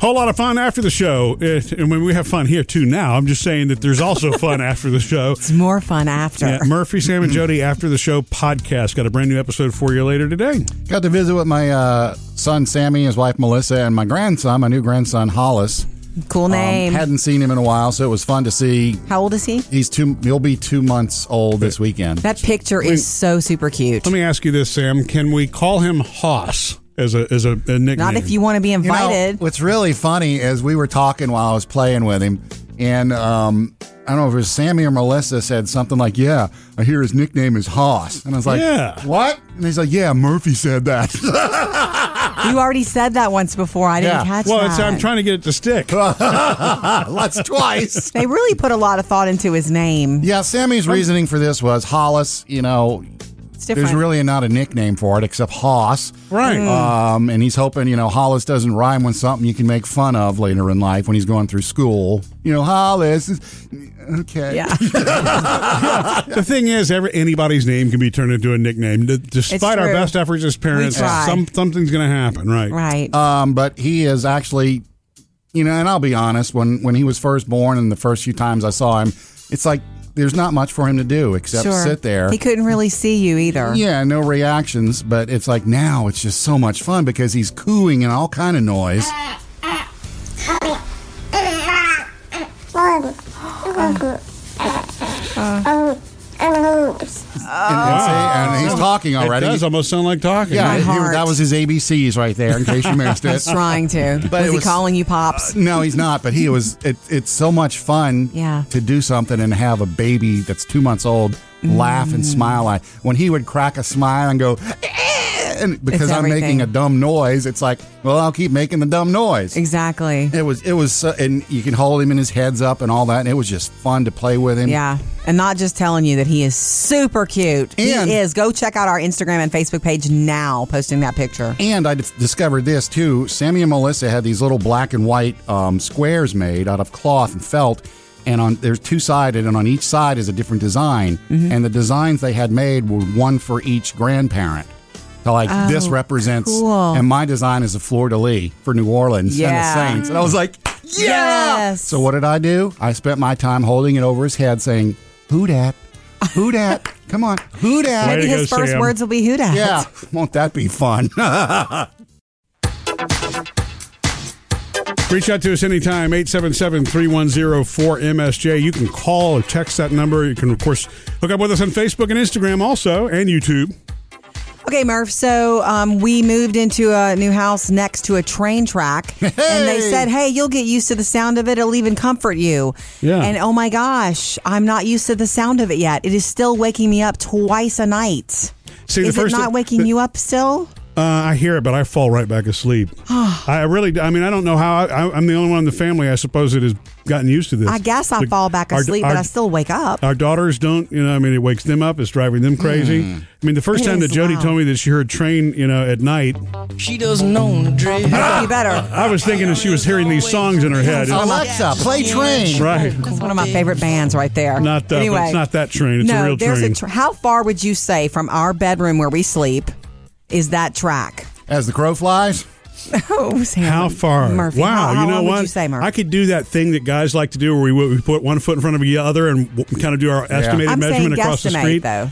S1: Whole lot of fun after the show, it, and when we have fun here too. Now, I'm just saying that there's also fun after the show.
S3: It's more fun after.
S1: Yeah, Murphy, Sam, and Jody after the show podcast got a brand new episode for you later today.
S2: Got to visit with my uh, son Sammy, his wife Melissa, and my grandson, my new grandson Hollis.
S3: Cool
S2: Um,
S3: name.
S2: hadn't seen him in a while, so it was fun to see.
S3: How old is he?
S2: He's two. He'll be two months old this weekend.
S3: That picture is so super cute.
S1: Let me ask you this, Sam: Can we call him Hoss as a as a, a nickname?
S3: Not if you want to be
S2: You know,
S3: invited.
S2: what's really funny is we were talking while I was playing with him, and um, I don't know if it was Sammy or Melissa said something like, "Yeah, I hear his nickname is Hoss," and I was like,
S1: Yeah.
S2: what?" And he's like, "Yeah, Murphy said that."
S3: you already said that once before. I didn't
S2: Yeah.
S3: catch
S1: Well,
S3: that.
S1: it's, I'm trying to get it to stick.
S2: That's twice.
S3: They really put a lot of thought into his name.
S2: Yeah, Sammy's reasoning for this was Hollis. You know,
S3: It's different.
S2: there's really not a nickname for it except Hoss.
S1: Right.
S3: Mm.
S2: Um, and he's hoping, you know, Hollis doesn't rhyme with something you can make fun of later in life when he's going through school. You know, Hollis. is- Okay.
S3: yeah.
S1: The thing is, every anybody's name can be turned into a nickname. D- despite our
S3: true.
S1: best efforts as parents,
S3: We try.
S1: some something's going to happen, right?
S3: right.
S2: Um, but he is actually, you know, and I'll be honest, when, when he was first born and the first few times I saw him, it's like there's not much for him to do except
S3: sure.
S2: sit there.
S3: He couldn't really see you either.
S2: Yeah, no reactions, but it's like now it's just so much fun because he's cooing and all kind of noise. And, and, say- and he's talking
S1: It
S2: already.
S1: does almost sound like talking.
S2: yeah,
S3: Oh. My
S2: he-
S3: heart.
S2: that was his ABCs right there. In case you missed it.
S3: He's trying to.
S2: But it was-
S3: was,
S2: Uh,
S3: he calling you pops?
S2: No, he's not. But he was. It, it's so much fun.
S3: Yeah.
S2: To do something and have a baby that's two months old laugh
S3: Mm.
S2: and smile. I when he would crack a smile and go, "Eh," and because I'm making
S3: everything.
S2: a dumb noise, it's like, well, I'll keep making the dumb noise.
S3: exactly.
S2: It was. It was. So, and you can hold him and his heads up and all that. And it was just fun to play with him.
S3: Yeah. And not just telling you that he is super cute.
S2: And-
S3: he is. Go check out our Instagram and Facebook page now, posting that picture.
S2: And I d- discovered this too. Sammy and Melissa had these little black and white um, squares made out of cloth and felt, and on there's two sided, and on each side is a different design.
S3: Mm-hmm.
S2: And the designs they had made were one for each grandparent. So like this represents,
S3: Oh, cool.
S2: and my design is a fleur de lis for New Orleans
S3: Yeah.
S2: and the Saints. And I was like, yeah.
S3: Yes.
S2: So what did I do? I spent my time holding it over his head, saying, "Who dat? Who dat? Come on, who dat?"
S1: Way
S3: Maybe
S1: to
S3: his
S1: go,
S3: first
S1: Sam.
S3: words will be who dat?
S2: Yeah, won't that be fun?
S1: Reach out to us anytime, 877-310-4MSJ. You can call or text that number. You can, of course, hook up with us on Facebook and Instagram also, and YouTube.
S3: Okay, Murph. So um, we moved into a new house next to a train track, and they said, "Hey, you'll get used to the sound of it. It'll even comfort you."
S1: Yeah.
S3: And oh my gosh, I'm not used to the sound of it yet. It is still waking me up twice a night.
S1: See,
S3: is
S1: the first
S3: it not waking you up still?
S1: Uh, I hear it, but I fall right back asleep. I really, I mean, I don't know how. I, I, I'm the only one in the family, I suppose, that has gotten used to this.
S3: I guess I
S1: Like,
S3: fall back
S1: our-
S3: asleep,
S1: our-
S3: but I still wake up.
S1: Our daughters don't, you know, I mean, it wakes them up. It's driving them crazy. I mean, the first
S3: Hmm. It
S1: time that
S3: is
S1: Jody
S3: loud.
S1: told me that she heard train, you know, at night,
S7: She doesn't own the drill.
S1: Uh,
S3: That'd be better.
S1: I was thinking that she was hearing these songs in her head. It's
S2: Alexa, play train.
S1: right.
S3: That's one of my favorite bands right there.
S1: Not that,
S3: anyway.
S1: but it's not that train. It's
S3: no,
S1: a real
S3: there's
S1: train.
S3: a. Tra- how far would you say from our bedroom where we sleep is that track?
S2: As the crow flies,
S3: Oh, Sam.
S1: how far?
S3: Murphy?
S1: Wow,
S3: How- how
S1: you know
S3: long
S1: what?
S3: Would you say, Murphy?
S1: I could do that thing that guys like to do, where we, we put one foot in front of the other and w- kind of do our estimated
S3: I'm saying
S1: measurement across the
S3: guesstimate,
S1: street.
S3: though.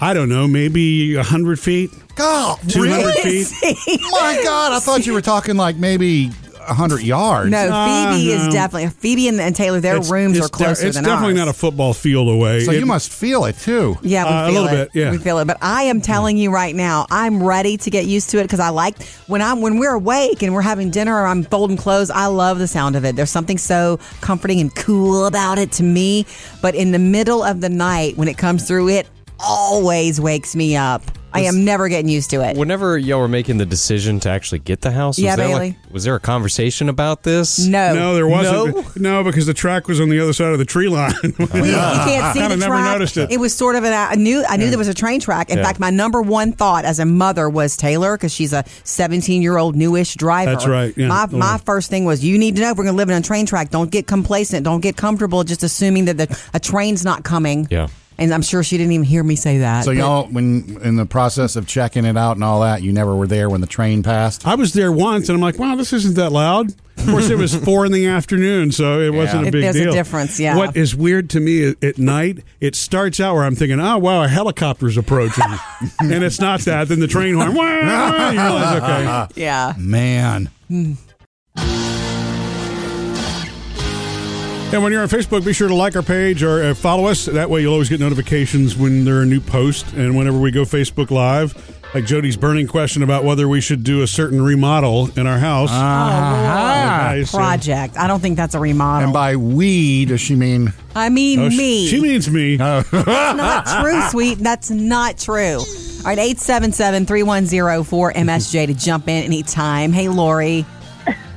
S1: I don't know, maybe hundred feet,
S2: God,
S1: two hundred
S2: really?
S1: feet.
S2: My God, I thought you were talking like maybe hundred yards.
S3: No, Phoebe
S1: no.
S3: is definitely Phoebe and, and Taylor. Their rooms are
S1: it's de-
S3: closer
S1: it's
S3: than
S1: definitely not
S3: ours.
S1: a football field away.
S2: so
S1: It-
S2: you must feel it too.
S3: Yeah, we
S1: Uh, a
S3: feel
S1: little
S3: it.
S1: bit, yeah.
S3: we feel it. But I am telling you right now, I'm ready to get used to it because I like when I'm when we're awake and we're having dinner or I'm folding clothes. I love the sound of it. There's something so comforting and cool about it to me. But in the middle of the night when it comes through, it always wakes me up. I am never getting used to it.
S5: Whenever y'all were making the decision to actually get the house, was,
S3: Yeah,
S5: there,
S3: Bailey.
S5: like, was there a conversation about this?
S3: No,
S1: No, there wasn't. No? because the track was on the other side of the tree line.
S3: We, you can't see
S1: Kinda
S3: the
S1: never
S3: track.
S1: noticed it.
S3: was sort of an. I knew. I knew there was a train track. In
S5: Yeah.
S3: fact, my number one thought as a mother was Taylor because she's a 17 year old newish driver.
S1: That's right, yeah.
S3: My
S1: Oh.
S3: my first thing was you need to know if we're going to live in a train track. Don't get complacent. Don't get comfortable just assuming that the, a train's not coming.
S5: Yeah.
S3: And I'm sure she didn't even hear me say that.
S2: So
S3: but-
S2: y'all, when in the process of checking it out and all that, you never were there when the train passed.
S1: I was there once, and I'm like, wow, this isn't that loud. Of course, it was four in the afternoon, so it wasn't a
S3: It-
S1: big
S3: there's a
S1: deal.
S3: difference, yeah.
S1: What is weird to me i- at night, it starts out where I'm thinking, oh wow, a helicopter's approaching, and it's not that. Then the train horn, wah, wah, you realize, okay.
S3: yeah.
S2: Man,
S1: And when you're on Facebook, be sure to like our page or uh, follow us. That way, you'll always get notifications when there are new posts and whenever we go Facebook Live. Like Jody's burning question about whether we should do a certain remodel in our house.
S3: Oh,
S1: Nice, uh,
S3: Project. I don't think that's a remodel.
S2: and by we does she mean?
S3: I mean
S1: oh, sh-
S3: me.
S1: She means me.
S3: That's not true, sweet. That's not true. All right, 877 310 4MSJ to jump in anytime. Hey, Lori.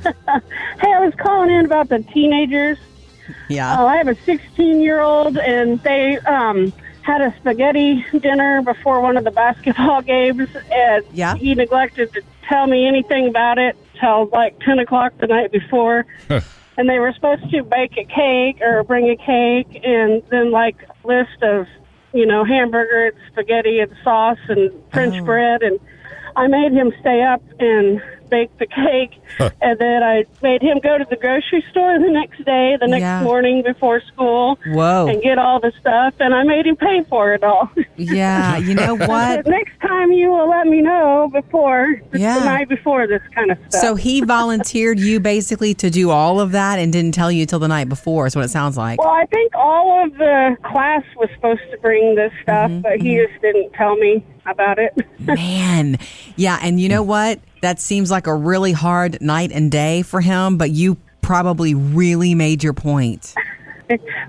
S8: Hey, I was calling in about the teenagers.
S3: Yeah.
S8: Oh, I have a 16 year old, and they um, had a spaghetti dinner before one of the basketball games, and
S3: Yeah.
S8: he neglected to tell me anything about it till like 10 o'clock the night before. and they were supposed to bake a cake or bring a cake, and then like a list of you know hamburger and spaghetti and sauce and French
S3: Oh.
S8: bread, and I made him stay up and bake the cake, and then I made him go to the grocery store the next day, the next
S3: Yeah.
S8: morning before school.
S3: Whoa.
S8: And get all the stuff, and I made him pay for it all.
S3: Yeah. You know what?
S8: But next time you will let me know before just
S3: Yeah.
S8: the night before this kind of stuff.
S3: So he volunteered you basically to do all of that and didn't tell you till the night before, is what it sounds like.
S8: Well, I think all of the class was supposed to bring this
S3: Mm-hmm,
S8: stuff, but he just didn't tell me about it.
S3: Man. Yeah. And you know what? That seems like a really hard night and day for him, but you probably really made your point.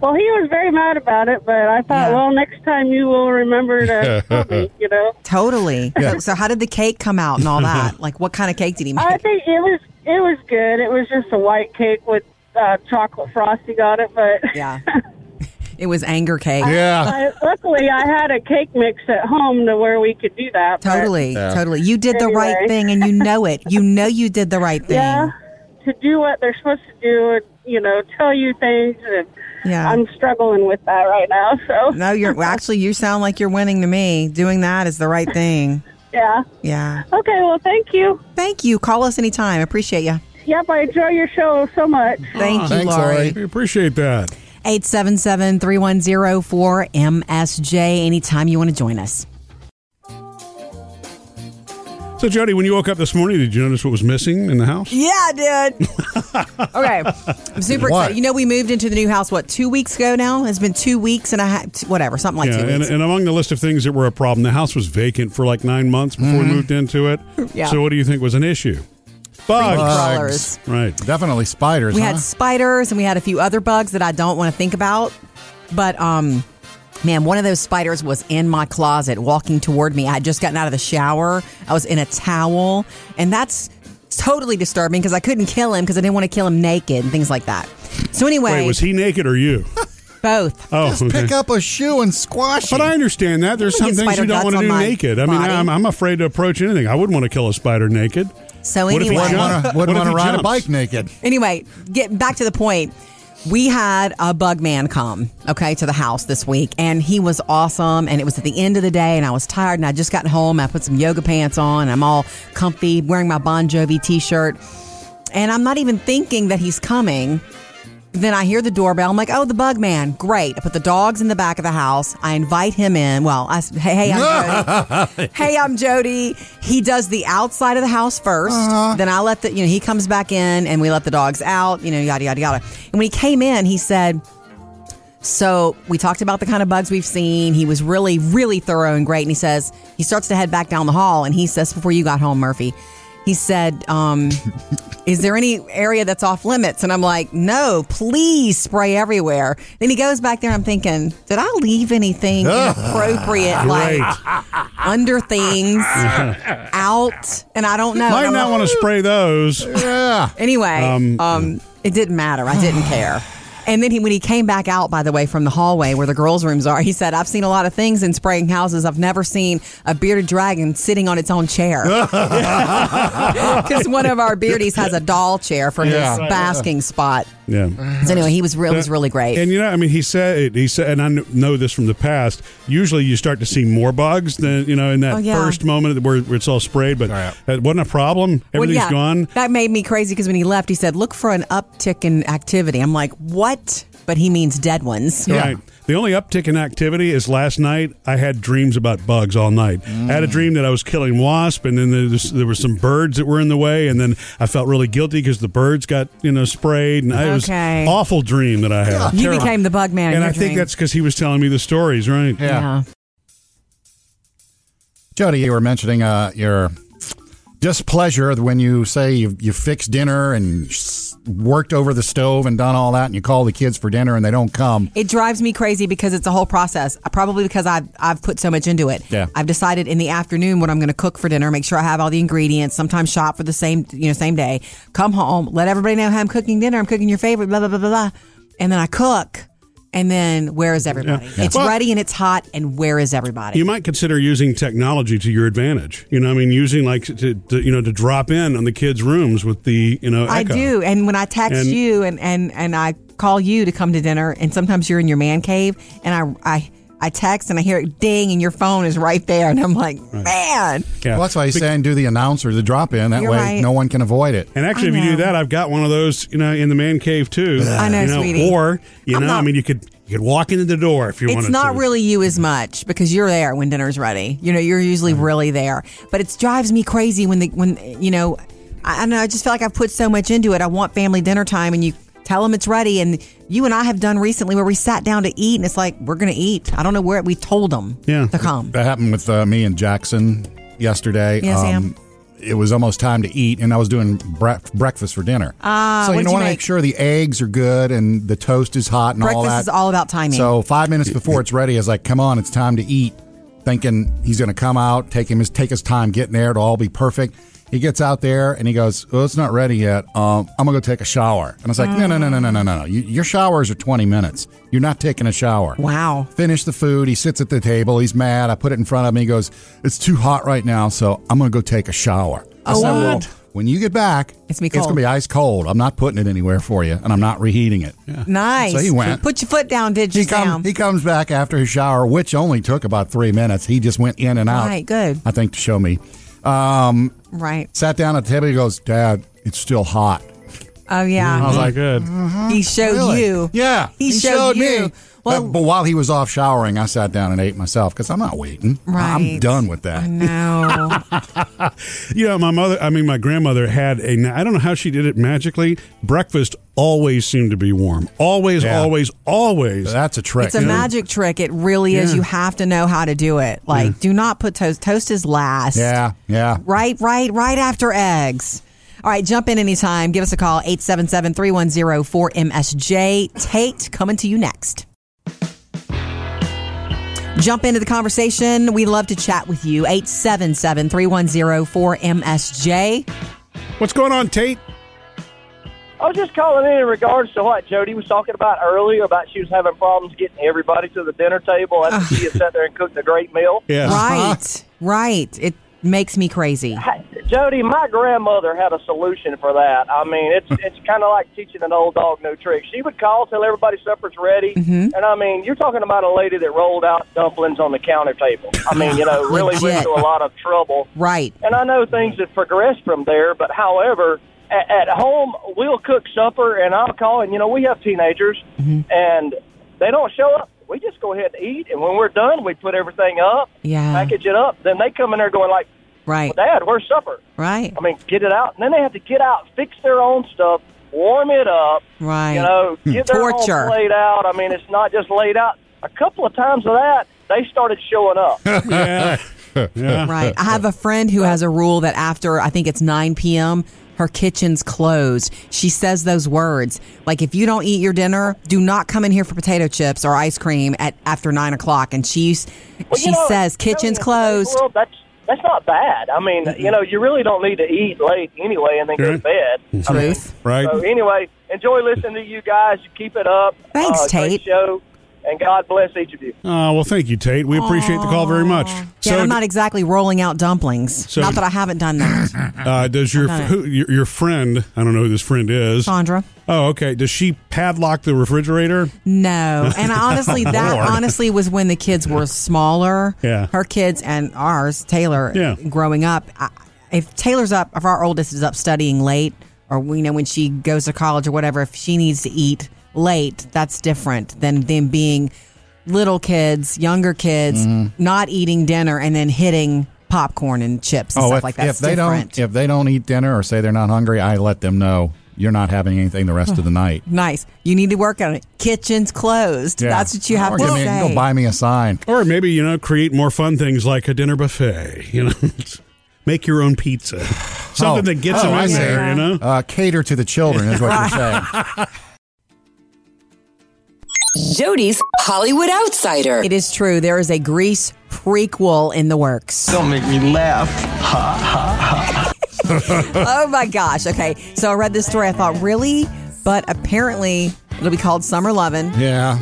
S8: well, he was very mad about it, but I thought,
S3: Yeah.
S8: well, next time you will remember to tell me, you know.
S3: Totally. So, so, how did the cake come out and all that? Like, what kind of cake did he
S8: I
S3: make?
S8: think it was it was good. It was just a white cake with uh, chocolate frosting on it, but
S3: Yeah. It was anger cake.
S2: Yeah,
S8: I, luckily I had a cake mix at home to where we could do that. but-
S3: Totally, totally. You did the right
S8: Anyway.
S3: thing, and you know it. You know you did the right thing.
S8: Yeah, to do what they're supposed to do, and you know, tell you things. And
S3: Yeah.
S8: I'm struggling with that right now. So
S3: No, you're well, actually. You sound like you're winning to me. Doing that is the right thing.
S8: yeah.
S3: Yeah.
S8: Okay. Well, thank you.
S3: Thank you. Call us anytime. Appreciate you.
S8: Yep, I enjoy your show so much.
S3: Thank you,
S2: thanks,
S3: Lori.
S2: Lori.
S1: We appreciate that.
S3: 877-310-4MSJ. Anytime you want to join us.
S1: So, Jody, when you woke up this morning, did you notice what was missing in the house?
S3: Yeah, I did. okay. I'm super
S2: What?
S3: excited. You know, we moved into the new house, what, two weeks ago now? It's been two weeks and a half, whatever, something like
S1: yeah,
S3: two
S1: and,
S3: weeks.
S1: and among the list of things that were a problem, the house was vacant for like nine months before we moved into it.
S3: Yeah.
S1: So, what do you think was an issue? Bugs.
S3: Crawlers.
S1: Right.
S2: definitely spiders.
S3: We
S2: huh?
S3: had spiders and we had a few other bugs that I don't want to think about. But um man, one of those spiders was in my closet walking toward me. I had just gotten out of the shower. I was in a towel, and that's totally disturbing because I couldn't kill him because I didn't want to kill him naked and things like that. So anyway,
S1: Wait, was he naked or you?
S3: both.
S1: Oh,
S2: Just
S1: okay.
S2: pick up a shoe and squash
S1: But
S2: it.
S1: I understand that. There's
S3: I'm
S1: some
S3: gonna
S1: things
S3: get
S1: you
S3: spider
S1: don't
S3: guts
S1: want to
S3: on
S1: do
S3: my
S1: naked. I mean,
S3: body.
S1: I'm, I'm afraid to approach anything. I wouldn't want to kill a spider naked.
S3: So
S1: What if he
S3: anyway,
S2: wouldn't
S1: jumped?
S2: want to
S1: What if he
S2: ride
S1: jumps?
S2: a bike naked.
S3: anyway, get back to the point. We had a bug man come, okay, to the house this week, and he was awesome. And it was at the end of the day, and I was tired, and I just gotten home. I put some yoga pants on, and I'm all comfy, wearing my Bon Jovi t shirt. And I'm not even thinking that he's coming. Then I hear the doorbell. I'm like, oh, the bug man. Great. I put the dogs in the back of the house. I invite him in. Well, I, s- hey, hey, I'm Jody hey, I'm Jody. He does the outside of the house 1st Then I let the, you know, he comes back in and we let the dogs out, you know, yada, yada, yada. And when he came in, he said, so we talked about the kind of bugs we've seen. He was really, really thorough and great. And he says, he starts to head back down the hall and he says, before you got home, Murphy, he said, um, Is there any area that's off limits? And I'm like, No, please spray everywhere. Then he goes back there. And I'm thinking, Did I leave anything inappropriate, like under things, out? And I don't know. And
S1: Might
S3: I'm
S1: not
S3: like,
S1: want to spray those.
S2: Yeah.
S3: Anyway, um, it didn't matter. I didn't care. And then he, when he came back out, by the way, from the hallway where the girls' rooms are, he said, "I've seen a lot of things in spraying houses. I've never seen a bearded dragon sitting on its own chair because one of our beardies has a doll chair for
S2: Yeah.
S3: his basking spot."
S1: Yeah.
S3: So anyway, he was real. He was really great.
S1: And you know, I mean, he said he said, and I kn- know this from the past. Usually, you start to see more bugs than you know in that
S3: Oh, yeah.
S1: first moment where, where it's all sprayed. But
S2: Right.
S1: that wasn't a problem.
S3: Well,
S1: Everything's
S3: yeah,
S1: gone.
S3: That made me crazy because when he left, he said, "Look for an uptick in activity." I'm like, "What?" But he means dead ones.
S2: Yeah.
S1: Right. The only uptick in activity is last night. I had dreams about bugs all night. I
S3: Mm.
S1: had a dream that I was killing wasp, and then there was, there were some birds that were in the way, and then I felt really guilty because the birds got you know sprayed, and I, it was
S3: Okay.
S1: an awful dream that I had.
S3: You
S1: Terrible.
S3: became the bug man. in
S1: and
S3: your
S1: I think
S3: dream.
S1: that's because he was telling me the stories, right?
S2: Yeah.
S3: yeah.
S2: Jody, you were mentioning uh, your displeasure when you say you you fixed dinner and s- worked over the stove and done all that, and you call the kids for dinner and they don't come.
S3: It drives me crazy because it's a whole process. uh, Probably because I've I've put so much into it.
S2: Yeah.
S3: I've decided in the afternoon what I'm going to cook for dinner. Make sure I have all the ingredients. Sometimes shop for the same you know same day. Come home, let everybody know how I'm cooking dinner. I'm cooking your favorite. Blah blah blah blah blah. And then I cook. And then where is everybody? It's
S1: Well-
S3: ready and it's hot. And where is everybody?
S1: You might consider using technology to your advantage. You know, I mean, using like to, to you know to drop in on the kids' rooms with the you know.
S3: I
S1: Echo.
S3: do. And when I text
S1: And-
S3: you and, and, and I call you to come to dinner, and sometimes you're in your man cave, and I, I, I text and I hear it ding, and your phone is right there. And I'm like, man.
S1: Yeah.
S2: Well, that's why he's saying do the announcer, the drop in. That
S3: You're
S2: way,
S3: right.
S2: no one can avoid it.
S1: And actually,
S3: I
S1: if you do
S3: know.
S1: that, I've got one of those, you know, in the man cave too.
S3: I know,
S1: you know,
S3: sweetie.
S1: Or you
S3: I'm
S1: know, I
S3: not-
S1: mean, you could you could walk into the door if you wanted.
S3: It's not
S1: to.
S3: really you as much because you're there when dinner's ready. You know, you're usually really there. But it drives me crazy when the when you know, I, I don't know. I just feel like I've put so much into it. I want family dinner time, and you tell them it's ready. And you and I have done recently where we sat down to eat, and it's like we're gonna eat. I don't know where we told them
S1: Yeah.
S3: to come.
S2: That happened with uh, me and Jackson yesterday. Um,
S3: Yes, Sam.
S2: It was almost time to eat, and I was doing bre- breakfast for dinner. Ah, so
S3: what
S2: you
S3: did you
S2: want to
S3: make?
S2: make sure the eggs are good and the toast is hot and all
S3: Breakfast
S2: that.
S3: is all about timing.
S2: So five minutes before it's ready, I was like, "Come on, it's time to eat." Thinking he's going to come out, take him his take his time getting there, it'll all be perfect. He gets out there and he goes, "Well, it's not ready yet. Um, I'm gonna go take a shower." And I was like, "No, no, no, no, no, no, no. You, your showers are 20 minutes. You're not taking a shower."
S3: Wow.
S2: Finish the food. He sits at the table. He's mad. I put it in front of him. He goes, "It's too hot right now, so I'm gonna go take a shower." I
S3: Oh,
S2: said,
S3: what?
S2: "Well, when you get back,
S3: It's gonna be
S2: It's
S3: cold."
S2: gonna be ice cold. I'm not putting it anywhere for you, and I'm not reheating it."
S3: Nice.
S2: So he went.
S3: Put your foot down, did you?
S2: He, come,
S3: Sam?
S2: he comes back after his shower, which only took about three minutes. He just went in and out.
S3: Right, good.
S2: I think to show me.
S3: right.
S2: Sat down at the table. He goes, Dad, it's still hot.
S3: Oh yeah.
S1: I was like, good.
S3: he showed
S2: Mm-hmm. Really?
S3: you.
S2: Yeah.
S3: He, showed, you.
S2: me.
S3: Well,
S2: but, but while he was off showering, I sat down and ate myself because I'm not waiting. I'm
S3: Right.
S2: done with that.
S3: no.
S1: You know, my mother, I mean, my grandmother had a, I don't know how she did it magically. Breakfast always seemed to be warm. Always,
S2: Yeah.
S1: always, always.
S2: That's a trick.
S3: It's a
S2: You know?
S3: magic trick. It really is.
S1: Yeah.
S3: You have to know how to do it. Like, do not put toast. Toast is last.
S2: Yeah, yeah.
S3: Right, right, right after eggs. All right, jump in anytime. Give us a call, 877 310 4MSJ. Tate coming to you next. Jump into the conversation. We love to chat with you. 877 310 4MSJ.
S1: What's going on, Tate?
S8: I was just calling in in regards to what Jody was talking about earlier about she was having problems getting everybody to the dinner table
S3: Ah.
S8: after she had sat there and cooked a great meal.
S1: Yeah.
S3: Right, right. It makes me crazy.
S8: Hey, Jody, my grandmother had a solution for that. I mean, it's it's kind of like teaching an old dog new tricks. She would call till everybody supper's ready,
S3: Mm-hmm.
S8: and I mean, you're talking about a lady that rolled out dumplings on the counter table. I mean, you know, really
S3: Legit.
S8: went to a lot of trouble.
S3: Right.
S8: And I know things have progressed from there, but however, at, at home, we'll cook supper and I'll call, and you know, we have teenagers
S3: Mm-hmm.
S8: and they don't show up. We just go ahead and eat, and when we're done, we put everything up,
S3: Yeah.
S8: package it up. Then they come in there going like,
S3: Right,
S8: well, "Dad, where's supper?"
S3: right,
S8: I mean, get it out, and then they have to get out, fix their own stuff, warm it up,
S3: right. Hmm.
S8: you know, get their
S3: Torture.
S8: own laid out. I mean, it's not just laid out. A couple of times of that, they started showing up.
S1: Yeah.
S3: Right. I have a friend who has a rule that after I think it's 9 p.m., her kitchen's closed. She says those words like, "If you don't eat your dinner, do not come in here for potato chips or ice cream at after nine o'clock." And she's
S9: Well,
S3: she
S9: you know,
S3: says,
S9: really,
S3: "Kitchen's
S9: in today's
S3: closed."
S9: world, that's that's not bad. I mean, you know, you really don't need to eat late anyway and then go to
S1: Sure.
S9: bed. I mean,
S3: Truth.
S1: Right.
S8: Oh,
S9: So anyway, enjoy listening to you guys. You keep it up.
S3: Thanks,
S9: uh, great
S3: Tate.
S9: Show, and God bless each of you.
S1: Oh, well, thank you, Tate. We appreciate the call very much.
S3: Yeah,
S1: so,
S3: I'm not exactly rolling out dumplings.
S1: So-
S3: not that I haven't done that,
S1: uh, does your,
S3: I'm not-
S1: who, your your friend? I don't know who this friend is.
S3: Chandra.
S1: Oh, okay. Does she padlock the refrigerator?
S3: No, and I honestly, that
S1: Lord.
S3: honestly was when the kids were smaller.
S1: Yeah.
S3: her kids and ours, Taylor.
S1: Yeah.
S3: growing up, I, if Taylor's up, if our oldest is up studying late, or we know when she goes to college or whatever, if she needs to eat late, that's different than them being little kids, younger kids,
S2: Mm-hmm.
S3: not eating dinner and then hitting popcorn and chips and stuff
S2: Oh, if,
S3: like that.
S2: if
S3: It's
S2: they
S3: different.
S2: don't if they don't eat dinner or say they're not hungry, I let them know you're not having anything the rest of the night.
S3: Nice. You need to work on it. Kitchen's closed.
S2: Yeah.
S3: That's what you have
S2: Or
S3: to
S2: give me-
S3: say.
S2: Go buy me a sign.
S1: Or maybe you know, create more fun things like a dinner buffet. You know, make your own pizza. Something
S2: Oh.
S1: that gets
S2: Oh,
S1: them
S2: I
S1: in
S2: see.
S1: there. You know.
S2: Uh, cater to the children is what you're saying.
S4: Jody's Hollywood Outsider.
S3: It is true. There is a Grease prequel in the works.
S7: Don't make me laugh.
S3: oh my gosh. Okay. So I read this story. I thought, really? But apparently it'll be called Summer Lovin',
S2: Yeah.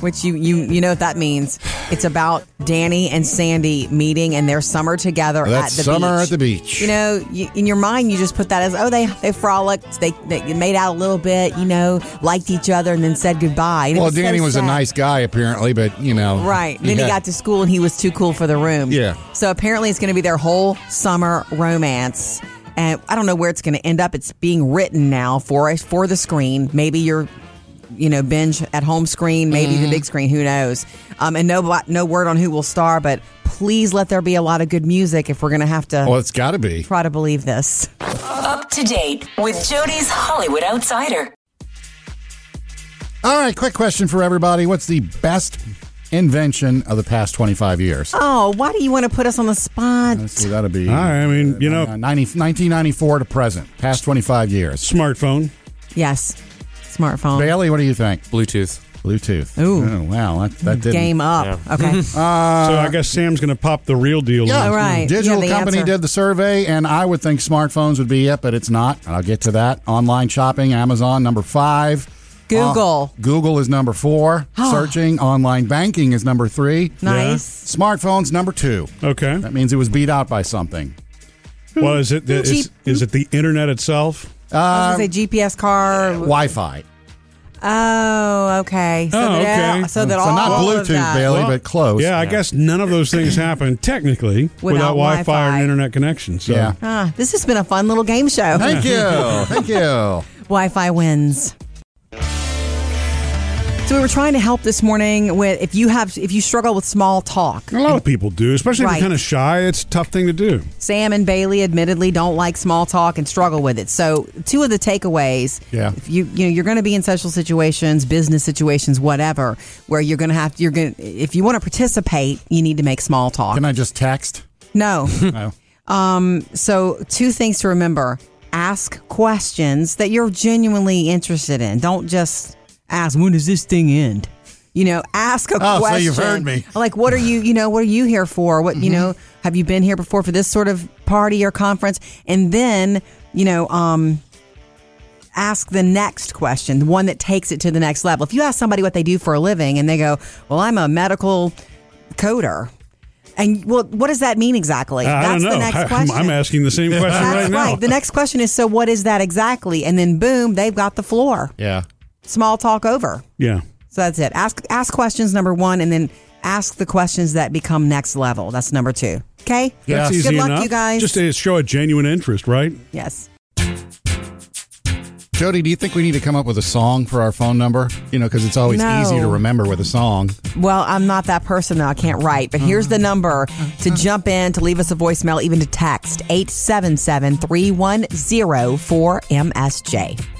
S3: which you, you you know what that means. It's about Danny and Sandy meeting and their summer together
S2: That's
S3: at the
S2: summer
S3: beach.
S2: at the beach.
S3: You know, you, in your mind, you just put that as, oh, they they frolicked, they, they made out a little bit, you know, liked each other, and then said goodbye. And it
S2: Well,
S3: so
S2: Danny was a
S3: sad.
S2: nice guy apparently, but you know.
S3: Right. Then
S2: yeah.
S3: he got to school and he was too cool for the room.
S2: Yeah.
S3: So apparently it's going to be their whole summer romance. And I don't know where it's going to end up. It's being written now for for the screen. Maybe your, you know, binge at home screen. Maybe
S2: Mm-hmm.
S3: the big screen. Who knows? Um, and no no word on who will star. But please let there be a lot of good music if we're going to have to
S2: Well, it's got to be.
S3: try to believe this.
S4: Up to date with Jody's Hollywood Outsider.
S2: All right, quick question for everybody. What's the best invention of the past 25 years?
S3: Oh, why do you want to put us on the spot?
S2: Let's see, that'll be
S1: I I mean, you know,
S2: uh, 90, 1994 to present, past 25 years.
S1: smartphone.
S3: Yes, smartphone.
S2: Bailey, what do you think?
S5: Bluetooth.
S2: Bluetooth.
S3: Ooh.
S2: Oh, wow, that, that didn't. Uh,
S3: Game up. Okay.
S1: so I guess Sam's going to pop the real deal.
S2: Yeah, mm,
S1: in.
S3: right. You
S2: Digital
S3: have the
S2: company
S3: answer.
S2: did the survey, and I would think smartphones would be it, but it's not. I'll get to that. Online shopping, Amazon, number five.
S3: Google.
S2: Uh, Google is number four. Searching, online banking is number three.
S3: nice.
S2: Smartphones, number two.
S1: Okay.
S2: That means it was beat out by something.
S1: Well, is it the, is,
S3: Cheap.
S1: is it the internet itself?
S3: I
S2: um,
S3: was going to say GPS car.
S2: Wi Fi.
S3: Oh, okay. So
S1: Oh,
S3: that,
S1: okay.
S3: So that
S2: So
S3: all
S2: not
S3: of
S2: Bluetooth,
S3: that,
S2: Bailey,
S1: Well,
S2: but close.
S1: Yeah, I guess none of those things happen technically without,
S3: Without
S1: Wi-Fi, or
S3: Wi-Fi.
S1: an internet connection. So.
S2: Yeah.
S3: Ah, this has been a fun little game show.
S2: Thank you. Thank you.
S3: Wi-Fi wins. So we were trying to help this morning with if you have if you struggle with small talk.
S1: A lot of people do, especially if
S3: Right.
S1: you're kind of shy. It's a tough thing to do.
S3: Sam and Bailey admittedly don't like small talk and struggle with it. So, two of the takeaways,
S2: Yeah.
S3: if you you know you're going to be in social situations, business situations, whatever, where you're going to have you're going to if you want to participate, you need to make small talk.
S2: Can I just text?
S3: no. Um,
S2: No.
S3: So, two things to remember ask questions that you're genuinely interested in. Don't just ask, when does this thing end? You know, ask a
S2: Oh,
S3: question.
S2: so you've heard me. Mm-hmm.
S3: Like, what are you, you know, what are you here for? What, you know, have you been here before for this sort of party or conference? And then, you know, um, ask the next question, the one that takes it to the next level. If you ask somebody what they do for a living and they go, well, I'm a medical coder. And well, what does that mean exactly?
S1: I
S3: That's
S1: don't know.
S3: the next
S1: I,
S3: question.
S1: am asking the same question
S3: That's
S1: right
S3: right,
S1: now.
S3: The next question is so what is that exactly? And then boom, they've got the floor.
S2: Yeah.
S3: Small talk over.
S1: yeah.
S3: So that's it. Ask ask questions number 1 and then ask the questions that become next level. That's number 2. Okay?
S1: That's
S3: Good
S1: easy
S3: luck
S1: enough.
S3: you guys.
S1: Just to show a genuine interest, right?
S3: yes.
S2: Jody, do you think we need to come up with a song for our phone number? You know, because it's always
S3: No.
S2: easy to remember with a song.
S3: Well, I'm not that person that I can't write, but here's the number to jump in, to leave us a voicemail, even to text 877 310 4MSJ.